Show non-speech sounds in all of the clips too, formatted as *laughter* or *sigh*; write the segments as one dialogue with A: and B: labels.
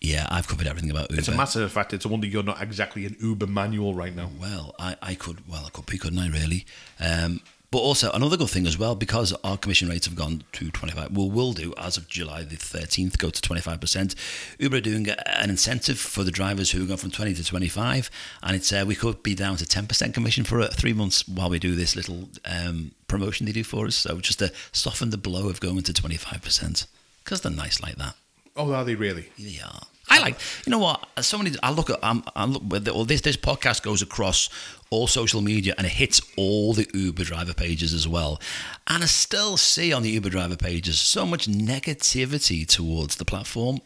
A: Yeah, I've covered everything about Uber.
B: It's a matter of fact. It's a wonder you're not exactly an Uber manual right now.
A: Well, I, I could, well, I could be, couldn't I, really? Um, but also, another good thing as well, because our commission rates have gone to 25, well, will do as of July the 13th, go to 25%. Uber are doing a- an incentive for the drivers who have gone from 20 to 25, and it's uh, we could be down to 10% commission for uh, three months while we do this little um, promotion they do for us. So just to soften the blow of going to 25%, because they're nice like that.
B: Oh, are they really?
A: Yeah. I like, you know what? As Somebody, I look at, I'm, I look, well, this this podcast goes across all social media and it hits all the Uber driver pages as well. And I still see on the Uber driver pages so much negativity towards the platform.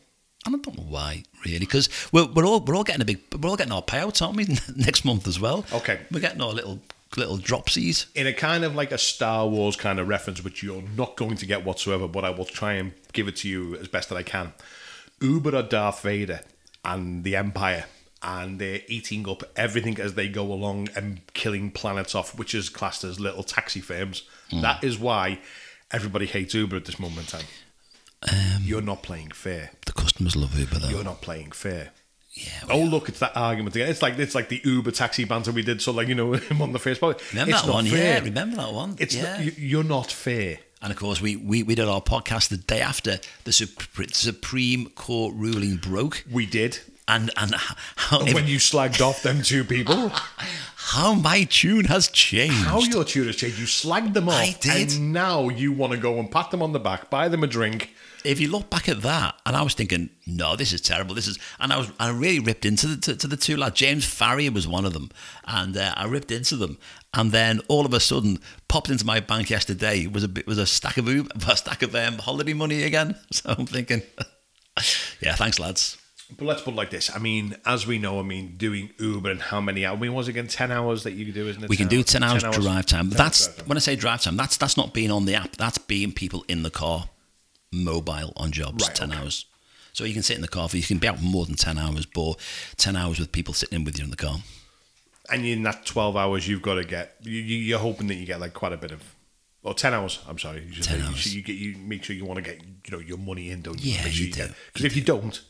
A: And I don't know why, really, because we're, we're all we're all getting a big, we're all getting our payouts, aren't we? *laughs* Next month as well.
B: Okay.
A: We're getting our little little dropsies.
B: In a kind of like a Star Wars kind of reference, which you're not going to get whatsoever, but I will try and give it to you as best that I can. Uber are Darth Vader and the Empire, and they're eating up everything as they go along and killing planets off, which is classed as little taxi firms. That is why everybody hates Uber at this moment in time. you're not playing fair.
A: The customers love Uber though.
B: You're not playing fair.
A: Yeah.
B: Oh look, it's that argument again. It's like it's like the Uber taxi banter we did. So like you know *laughs* on the first part.
A: Remember
B: it's
A: that
B: not
A: one?
B: fair.
A: Yeah. Remember that one?
B: It's
A: yeah.
B: not, you- you're not fair.
A: And of course, we, we, we did our podcast the day after the Supre- Supreme Court ruling broke.
B: We did.
A: And and h- how,
B: And
A: if-
B: when you slagged off them two people,
A: how my tune has changed.
B: how your tutors changed. You slagged them off,
A: I did.
B: and now you want to go and pat them on the back, buy them a drink.
A: if you look back at that, and I was thinking, no, this is terrible. This is, and I was, I really ripped into the to, to the two lads. James Farrier was one of them, and uh, I ripped into them. And then all of a sudden, popped into my bank yesterday was a bit was a stack of *laughs* Uber, a stack of um, holiday money again. *laughs* So I'm thinking, yeah, thanks, lads.
B: But let's put it like this. I mean, as we know, I mean, doing Uber and how many hours? I mean, was it again ten hours that you could do? Isn't it?
A: We can do 10 hours, drive time.
B: 10
A: that's
B: hours drive time.
A: when I say drive time, that's that's not being on the app. That's being people in the car, mobile on jobs,
B: Right,
A: 10
B: okay.
A: hours. So you can sit in the car for, you can be out more than 10 hours, but 10 hours with people sitting in with you in the car.
B: and in that twelve hours, you've got to get. You, you, you're hoping that you get like quite a bit of. Or ten hours. I'm sorry. You should-
A: 10
B: you
A: hours.
B: should- You, get, you make sure you want to get you know your money in, don't you?
A: Yeah,
B: Make sure
A: you do.
B: Because if you don't,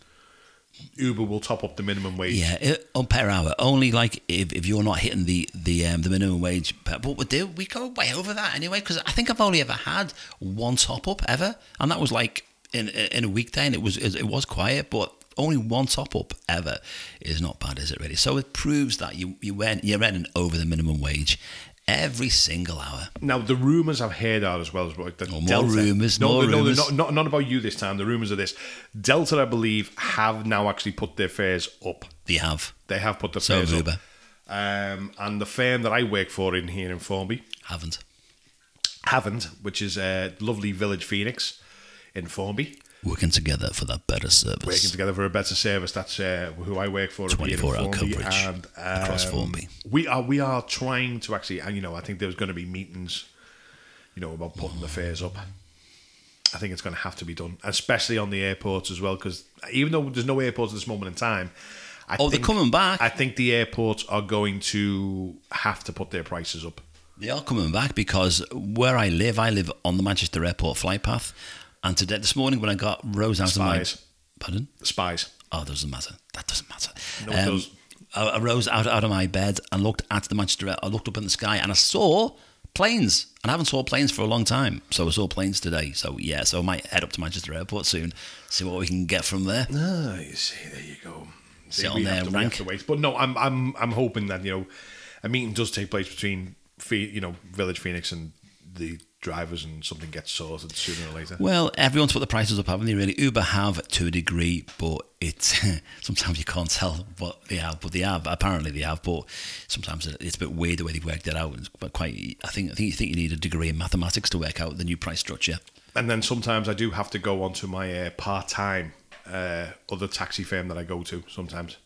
B: Uber will top up the minimum wage.
A: Yeah, it, on per hour. Only like if, if you're not hitting the the um, the minimum wage. Per, but we do we go way over that anyway? Because I think I've only ever had one top up ever, and that was like in in a weekday, and it was it was quiet, but. Only one top up ever is not bad, is it really? So it proves that you you went you're earning over the minimum wage every single hour.
B: Now the rumors I've heard are as well as like the
A: more rumours,
B: No,
A: more
B: no,
A: rumours.
B: no, they're not, not not about you this time. The rumors are this: Delta, I believe, have now actually put their fares up.
A: They have
B: They have put their
A: So
B: fares
A: have
B: up.
A: Uber.
B: Um, and the firm that I work for in here in Formby
A: haven't.
B: haven't, which is a lovely village Phoenix in Formby,
A: Working together for that better
B: working
A: service.
B: together for a better service. That's uh, who I work for. here in
A: 24 hour
B: Formby,
A: coverage
B: and, um,
A: across Formby.
B: We are we are trying to actually, and you know, I think there's going to be meetings, you know, about putting the fares up. I think it's going to have to be done, especially on the airports as well, because even though there's no airports at this moment in time, I
A: Oh, they're
B: think,
A: coming back.
B: I think the airports are going to have to put their prices up.
A: They are coming back because where I live, I live on the Manchester Airport flight path. And today, this morning, when I got Rose out
B: Spies.
A: of my pardon,
B: The spies.
A: oh, doesn't matter. That doesn't matter. Um,
B: No, it does.
A: I, I rose out out of my bed and looked at the Manchester. Air- I looked up in the sky and I saw planes. And I haven't saw planes for a long time, so I saw planes today. So yeah, so I might head up to Manchester Airport soon, see what we can get from there.
B: Ah, you see, there you go. See,
A: Sit on
B: we
A: there,
B: have to, we
A: rank.
B: have to wait. But no, I'm I'm I'm hoping that you know a meeting does take place between Phe- you know Village Phoenix and the drivers, and something gets sorted sooner or later.
A: Well, everyone's put the prices up, haven't they? Really, Uber have to a degree, but it's *laughs* sometimes you can't tell what they have, but they have apparently they have. But sometimes it's a bit weird the way they worked it out. It's quite, quite I think I think you think you need a degree in mathematics to work out the new price structure.
B: And then sometimes I do have to go onto my uh, part time uh, other taxi firm that I go to sometimes.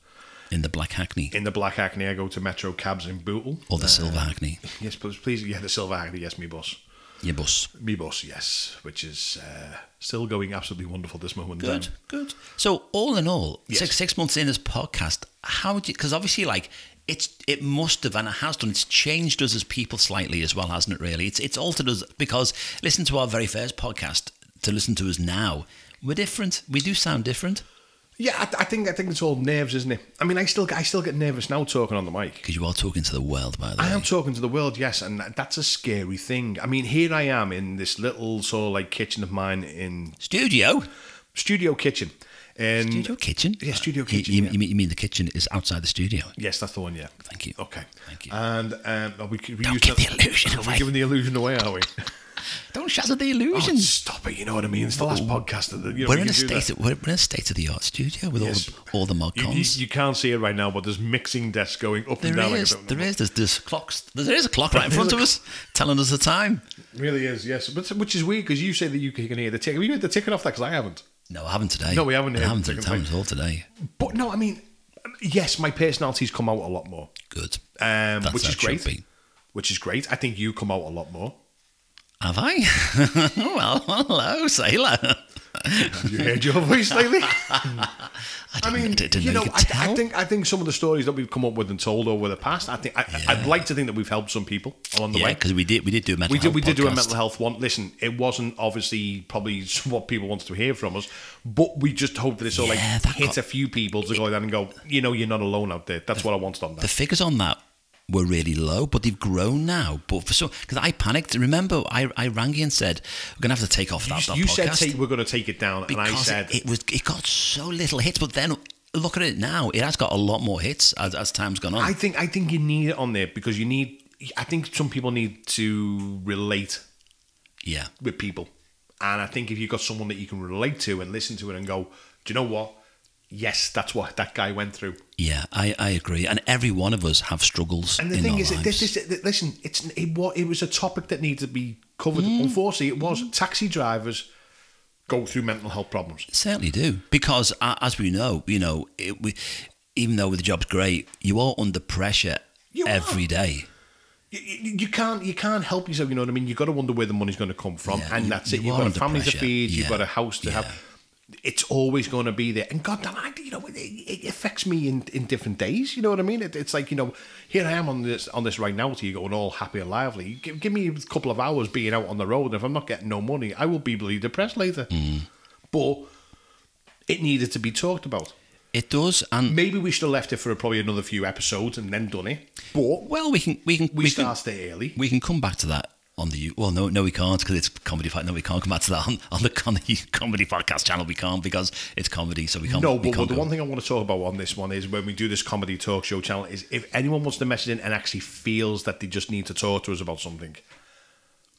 A: In the black hackney
B: In the Black Hackney, I go to Metro Cabs in Bootle. *laughs*
A: or the silver hackney,
B: Yes, please, please. Yeah, the Silver Hackney. Yes, me boss.
A: your bus.
B: Me boss, yes, which is uh, still going absolutely wonderful this moment. in
A: Good,
B: time.
A: good. So all in all,
B: Yes.
A: six six months in this podcast, how do you? Because obviously, like it's it must have and it has done. It's changed us as people slightly as well, hasn't it? Really, it's it's altered us because listen to our very first podcast to listen to us now. We're different. We do sound different.
B: Yeah, I, I think I think it's all nerves, isn't it? I mean, I still I still get nervous now talking on the mic.
A: Because you are talking to the world, by the
B: I
A: way.
B: am talking to the world, yes, and that- that's a scary thing. I mean, here I am in this little sort of like kitchen of mine in
A: Studio?
B: studio kitchen. And
A: Studio kitchen?
B: Mm.
A: Uh,
B: Yeah, studio
A: You-
B: kitchen.
A: You,
B: yeah.
A: you mean, you mean the kitchen is outside the studio?
B: Yes, that's the one. Yeah.
A: Thank you.
B: Okay.
A: Thank you.
B: And um, are we, we
A: Don't
B: used
A: give
B: that-
A: the
B: *laughs*
A: illusion
B: are we
A: away.
B: giving the illusion away, are we?
A: Don't shatter the
B: Oh,
A: illusions.
B: stop it! You know what I mean. It's the last podcast. Of the, you know,
A: we're
B: we
A: in a
B: can do that.
A: state. Of, we're, we're in a state of the art studio with
B: Yes.
A: all the, all the mod
B: You, you,
A: cons.
B: you can't see it right now, but there's mixing desks going up and
A: there
B: down. like a
A: is,
B: bit-
A: there is, there's, there's clocks. There is a clock right in front of us telling us the time.
B: Really is, yes. But which is weird because you say that you can hear the tick. Have you heard the ticking off that? Because I haven't.
A: No, I haven't today.
B: No, we haven't
A: I
B: had
A: haven't
B: the
A: today.
B: second
A: Haven't at all today.
B: But no, I mean, um, yes, my personality's come out a lot more,
A: Good.
B: um,
A: That's
B: which
A: how
B: is
A: it should
B: great.
A: be.
B: Which is great. I think you come out a lot more.
A: Have I? *laughs* well, hello, sailor.
B: Have you heard your *laughs* voice lately?
A: I,
B: I
A: didn't,
B: mean,
A: I didn't
B: you
A: know,
B: know,
A: Ah, you
B: I,
A: could tell.
B: I think I think some of the stories that we've come up with and told over the past, I think I, I'd like to think that we've helped some people along the
A: yeah,
B: way.
A: because we did we did do a mental
B: we did
A: health
B: we did do a
A: podcast.
B: mental health one. Listen, it wasn't obviously probably *laughs* what people wanted to hear from us, but we just hope that it's all
A: Yeah,
B: like
A: that
B: hit
A: got-
B: a few people to go down and go, you know, you're not alone out there. That's what I wanted on
A: The
B: that.
A: figures on that were really low, but they've grown now. But for some, because I panicked. Remember, I I rang you and said we're gonna have to take off that.
B: You,
A: that
B: you
A: podcast.
B: said take, we're going to take it down, and I
A: because
B: said
A: it, was it got so little hits, but then look at it now, it has got a lot more hits as, as time's gone on.
B: I think I think you need it on there because you need. I think some people need to relate
A: yeah,
B: with people, and I think if you've got someone that you can relate to and listen to it and go, do you know what? Yes, that's what that guy went through.
A: yeah, I, I agree. And every one of us have struggles.
B: And the
A: in
B: thing
A: our
B: is, that
A: lives.
B: this is that- listen. It's it, wa- it was a topic that needed to be covered. Unfortunately, it was taxi drivers go through mental health problems.
A: certainly do because uh, as we know, you know, it, we, even though the job's great, you are under pressure every
B: You
A: day.
B: are. You, you, you can't you can't help yourself. You know what I mean. You got to wonder where the money's going to come from,
A: Yeah,
B: and
A: you-
B: that's it.
A: you
B: You've
A: are
B: got a
A: under
B: family to
A: pressure.
B: feed. You've
A: Yeah,
B: got a house to
A: yeah.
B: have. It's always going to be there, and God damn, I, you know, it, it affects me in, in different days. You know what I mean? It, it's like you know, here I am on this on this right now to you going all happy and lively. Give, give me a couple of hours being out on the road, and if I'm not getting no money, I will be really depressed later.
A: Mm.
B: But it needed to be talked about.
A: It does, and
B: Maybe we should have left it for probably another few episodes and then done it. But
A: well, we can we can
B: we,
A: we can,
B: started it early.
A: we can come back to that on the well no no we can't because it's comedy fight no we can't come back to that on, on the *laughs* comedy comedy podcast channel we can't because it's comedy so we can't
B: No,
A: we
B: but
A: can't
B: the
A: go-
B: one thing I want to talk about on this one is when we do this comedy talk show channel is if anyone wants to message in and actually feels that they just need to talk to us about something,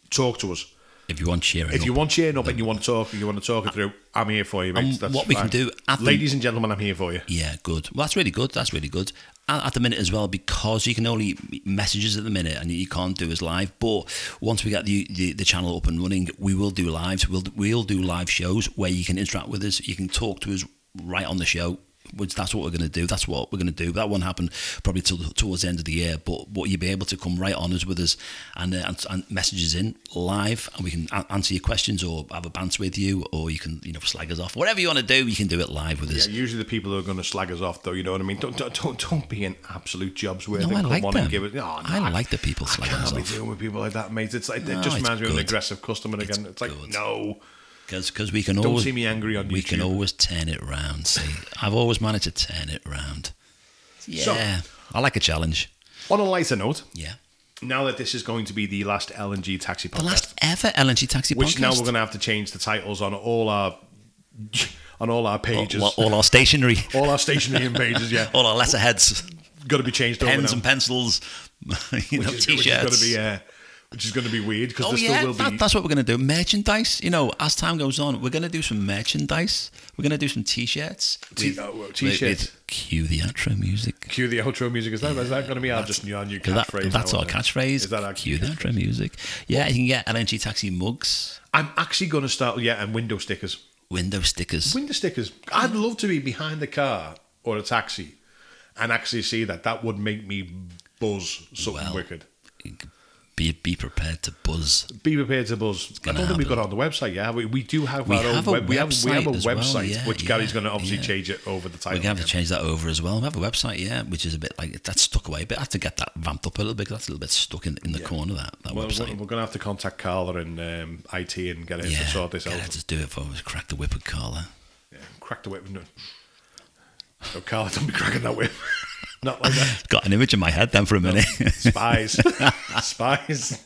B: talk to us.
A: if you want cheering
B: If you
A: up.
B: want cheering up and you want to talk, you want to talk it through, I'm here for you, mate.
A: And
B: That's
A: what we can
B: fine.
A: do at the-
B: ladies and gentlemen, I'm here for you.
A: yeah good well that's really good that's really good at, at the minute as well because you can only messages at the minute and you can't do as live but once we get the, the the channel up and running we will do lives we'll we'll do live shows where you can interact with us you can talk to us right on the show which that's what we're going to do. That's what we're going to do. That one happened probably till towards the end of the year, but but you'll be able to come right on us with us and uh, and, and messages in live, and we can a- answer your questions or have a banter with you, or you can you know slag us off. Whatever you want to do, you can do it live with us.
B: Yeah, usually the people who are going to slag us off, though, you know what I mean? Don't don't don't, don't be an absolute jobs where
A: No,
B: they
A: I
B: come
A: like
B: on
A: them.
B: and give it. No, no,
A: I like the people slagging
B: I
A: us
B: can't be
A: off.
B: dealing with people like that, mate. It's like
A: No,
B: it just
A: it's
B: reminds me of an
A: good.
B: aggressive customer
A: It's
B: again. It's, like
A: good.
B: no,
A: Because we can
B: don't
A: always
B: see me angry on YouTube.
A: we can always turn it round. See, I've always managed to turn it round. Yeah,
B: So-
A: I like a challenge.
B: on a lighter note,
A: Yeah,
B: now that this is going to be the last LNG taxi podcast,
A: the last ever LNG taxi
B: which
A: podcast.
B: now we're going to have to change the titles on all our *laughs* on all our pages,
A: all, all our stationery,
B: *laughs* all our stationery and pages. Yeah,
A: all our letterheads.
B: got to be changed over
A: pens
B: now,
A: and pencils, *laughs* you know,
B: which, is,
A: t-shirts.
B: going to be uh, which is going to be weird because
A: oh
B: there
A: yeah,
B: still will be.
A: that, that's what we're going to do. Merchandise, you know, as time goes on, we're going to do some merchandise. We're going to do some t-shirts.
B: T-
A: With-
B: oh, well,
A: with-
B: t-shirts.
A: with- Cue the outro music.
B: Cue the outro music. Is that, is that going to be our just our new
A: 'Cause that-
B: catchphrase?
A: that's
B: now,
A: our
B: isn't it?
A: catchphrase.
B: Is that our
A: cue the outro music? Yeah, you can get LNG taxi mugs,
B: I'm actually going to start. Yeah, and window stickers.
A: window stickers.
B: Window stickers. I'd love to be behind the car or a taxi, and actually see that. That would make me buzz something
A: Well,
B: wicked.
A: Be be prepared to buzz.
B: Be prepared to buzz. I
A: gonna
B: don't think we've got
A: happen.
B: it on the website yet. have We, we do have
A: We
B: our
A: have a
B: own web, we have we have a
A: website as well,
B: website,
A: yeah,
B: which
A: yeah,
B: Gary's going to obviously
A: yeah.
B: change it over the
A: We're
B: title.
A: gonna have to
B: again.
A: change that over as well. We have a website, yeah, which is a bit like that's stuck away a bit. I have to get that vamped up a little bit 'cause that's a little bit stuck in, in the corner. That that
B: Well,
A: website.
B: we're, we're going to have to contact Carla and um, IT and get her
A: Yeah,
B: to sort this
A: God,
B: out.
A: I'd just do it for us. Crack the whip with Carla.
B: Yeah, crack the whip. and- So, Carl, don't be cracking that whip. *laughs* Not like that.
A: Got an image in my head then for a minute. *laughs*
B: Spies. Spies.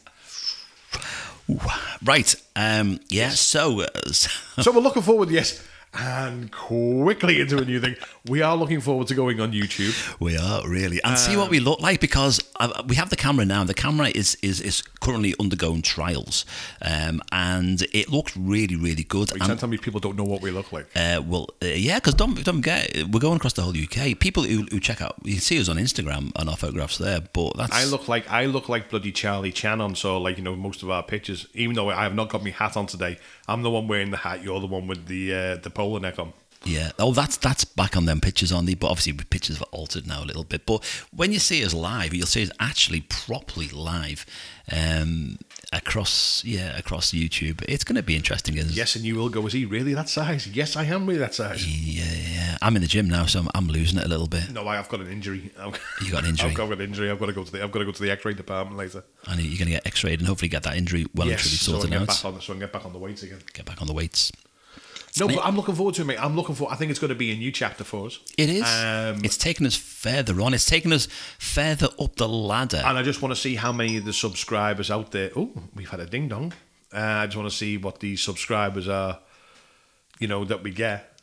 A: right. Um, yeah, so, uh, so
B: So we're looking forward, yes. And quickly into a new thing. We are looking forward to going on YouTube.
A: we are really. And see what
B: Um,
A: we look like because uh we have the camera now. The camera is, is, is currently undergoing trials um, and it looks really, really good.
B: You
A: And
B: can't tell me people don't know what we look like.
A: Uh, well, uh, yeah, because don't don't get we're going across the whole UK. People who, who check out, you see us on Instagram and our photographs there. But that's
B: I look like I look like bloody Charlie Channon. So like you know most of our pictures, even though I have not got my hat on today, I'm the one wearing the hat. You're the one with the uh, the polo neck on.
A: yeah. Oh, that's that's back on them pictures on the. But obviously, the pictures have altered now a little bit. But when you see us live, you'll see us actually properly live um, across yeah across YouTube. It's going to be interesting. As,
B: Yes, and you will go. Is he really that size? Yes, I am really that size.
A: Yeah, yeah. I'm in the gym now, so I'm, I'm losing it a little bit.
B: No, I, I've got an injury. *laughs* I've,
A: You got an injury.
B: I've got an injury. I've got to go to the. I've got to go to the X-ray department later.
A: And you're going to get X-rayed and hopefully get that injury well
B: yes,
A: and truly
B: so I
A: sorted
B: get
A: out.
B: back on. So I can get back on the weights again.
A: get back on the weights.
B: No, but I'm looking forward to it, mate. I'm looking for. I think it's going to be a new chapter for us.
A: It is.
B: Um,
A: it's taken us further on. It's taken us further up the ladder.
B: and I just want to see how many of the subscribers out there. Oh, we've had a ding dong. Uh, I just want to see what the subscribers are. You know that we get.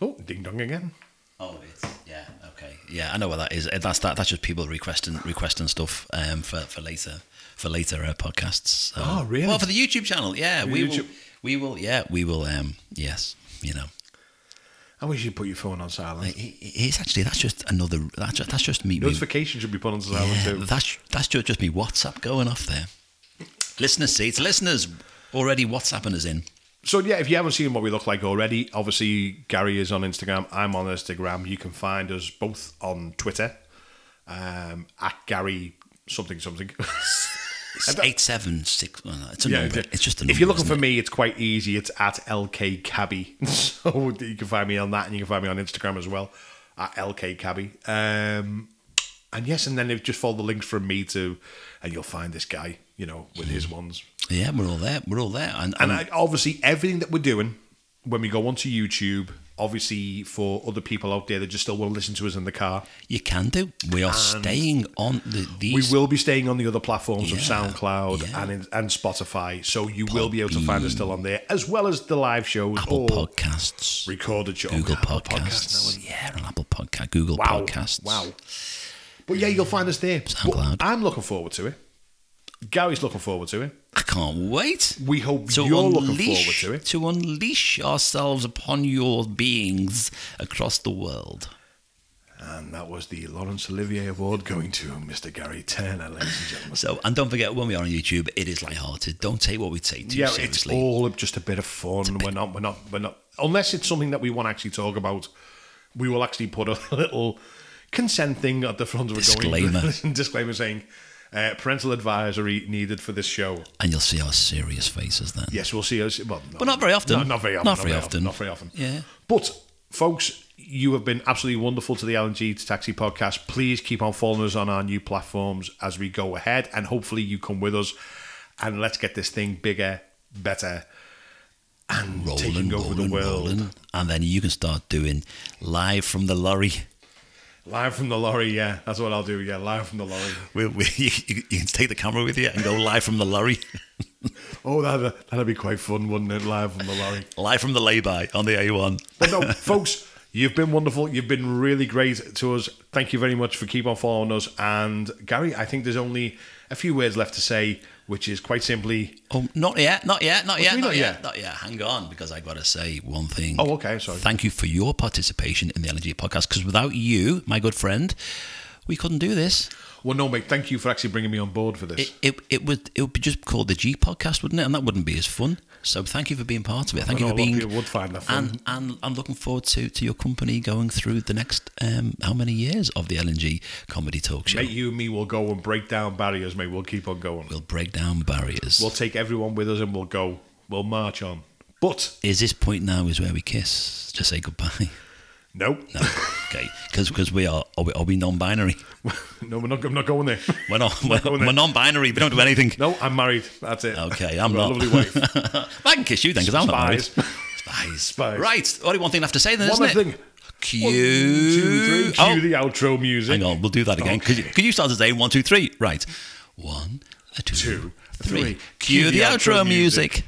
B: Oh, ding dong again.
A: oh, it's yeah, okay, yeah. I know what that is. Uh, That's that. That's just people requesting requesting stuff um, for for later for later uh, podcasts. So-
B: Oh, really?
A: Well, for the YouTube channel, yeah. we will.
B: YouTube.
A: We will. Yeah, we will. Um, yes, you know.
B: I wish you'd put your phone on silent.
A: It- it- It's actually that's just another. That's just, that's just me. me-
B: Notification should be put on silent
A: yeah,
B: too.
A: that's that's just, just me WhatsApp going off there. Listeners, see, it's listeners already WhatsApping us in.
B: So yeah, if you haven't seen what we look like already, obviously Gary is on Instagram. I'm on Instagram. You can find us both on Twitter um, at Gary something something. *laughs*
A: It's eight seven six. oh, no, it's a number. It's just a number.
B: if you're looking
A: isn't
B: for
A: it?
B: me, it's quite easy. It's at LK Cabby, *laughs* so you can find me on that, and you can find me on Instagram as well at LK Cabby. Um, and yes, and then if just follow the links from me to, and you'll find this guy, you know, with his
A: Hmm.
B: ones.
A: yeah, we're all there. We're all there. And,
B: And
A: and
B: I, obviously, everything that we're doing when we go onto YouTube, obviously for other people out there that just still want to listen to us in the car,
A: you can do. We are staying on the
B: we
A: these.
B: will be staying on the other platforms of
A: Yeah,
B: SoundCloud
A: yeah.
B: and in, and Spotify. So you will be able to find us still on there, as well as the live shows
A: Apple
B: or
A: Podcasts,
B: recorded shows.
A: Google
B: Apple
A: Podcasts.
B: Podcasts now,
A: yeah, on Apple Podcast, Google
B: Wow.
A: Podcasts.
B: Wow. But yeah, you'll find us there.
A: SoundCloud.
B: But I'm looking forward to it. Gary's looking forward to it.
A: I can't wait.
B: We hope
A: To
B: you're looking forward
A: unleash,
B: to it.
A: to unleash ourselves upon your beings across the world.
B: And that was the Laurence Olivier Award going to Mr. Gary Turner, ladies
A: *laughs*
B: and gentlemen.
A: So, and don't forget, when we are on YouTube, it is lighthearted. Don't take what we take too
B: yeah, it's
A: seriously.
B: all just a bit of fun. We're not, we're not, we're not. Unless it's something that we want to actually talk about, we will actually put a *laughs* little consent thing at the front of it.
A: Disclaimer.
B: Going, *laughs* disclaimer saying uh, parental advisory needed for this show.
A: and you'll see our serious faces then.
B: Yes, we'll see us. Well, no,
A: But not very often.
B: Not, not very often.
A: Not very often.
B: Not very often.
A: Yeah.
B: But folks, you have been absolutely wonderful to the LNG to Taxi podcast. Please keep on following us on our new platforms as we go ahead, and hopefully you come with us, and let's get this thing bigger, better, and taking over the world.
A: and then you can start doing live from the lorry. *laughs*
B: Live from the lorry. Yeah, that's what I'll do. Yeah, live from the lorry.
A: We, we, you, you can take the camera with you and go live from the lorry, *laughs*
B: Oh, that that'd be quite fun, wouldn't it? Live from the lorry.
A: live from the lay-by on the A1.
B: But no, *laughs* folks, you've been wonderful. You've been really great to us. Thank you very much for keep on following us. And Gary, I think there's only a few words left to say, which is quite simply.
A: Oh, not yet, not yet, not yet,
B: mean
A: not,
B: not
A: yet?
B: yet?
A: not yet. Hang on, because I got to say one thing.
B: Oh, okay, sorry.
A: Thank you for your participation in the LNG podcast. Because without you, my good friend, we couldn't do this.
B: Well, no, mate. Thank you for actually bringing me on board for this.
A: It it, it would it would be just called the G podcast, wouldn't it? And that wouldn't be as fun. So thank you for being part of it. Thank
B: I
A: you
B: know
A: for
B: a lot of
A: being.
B: people would find that fun.
A: and and I'm looking forward to to your company going through the next um, how many years of the LNG comedy talk show.
B: mate, you and me will go and break down barriers, mate. We'll keep on going.
A: We'll break down barriers.
B: We'll take everyone with us and we'll go. We'll march on. But
A: Is this point now is where we kiss? Just say goodbye. *laughs*
B: no,
A: No, okay, because we are are we, are we non-binary?
B: *laughs* no, we're not. I'm not going there. *laughs*
A: We're not we're,
B: going there.
A: we're non-binary. We don't do anything.
B: No, I'm married. That's it.
A: Okay, I'm
B: I've got
A: not.
B: A lovely
A: *laughs*
B: wife.
A: I can kiss you then because I'm not married.
B: Spies.
A: Spies.
B: Spies.
A: Right. Only one thing left to say then,
B: One
A: *laughs* isn't
B: other
A: it?
B: thing.
A: Cue.
B: One, two, three. Oh. Cue
A: Oh,
B: the outro music.
A: hang on, we'll do that again. Could, you, could you start today? One, two, three. Right. One, a two,
B: Two,
A: three.
B: three.
A: Cue the outro music.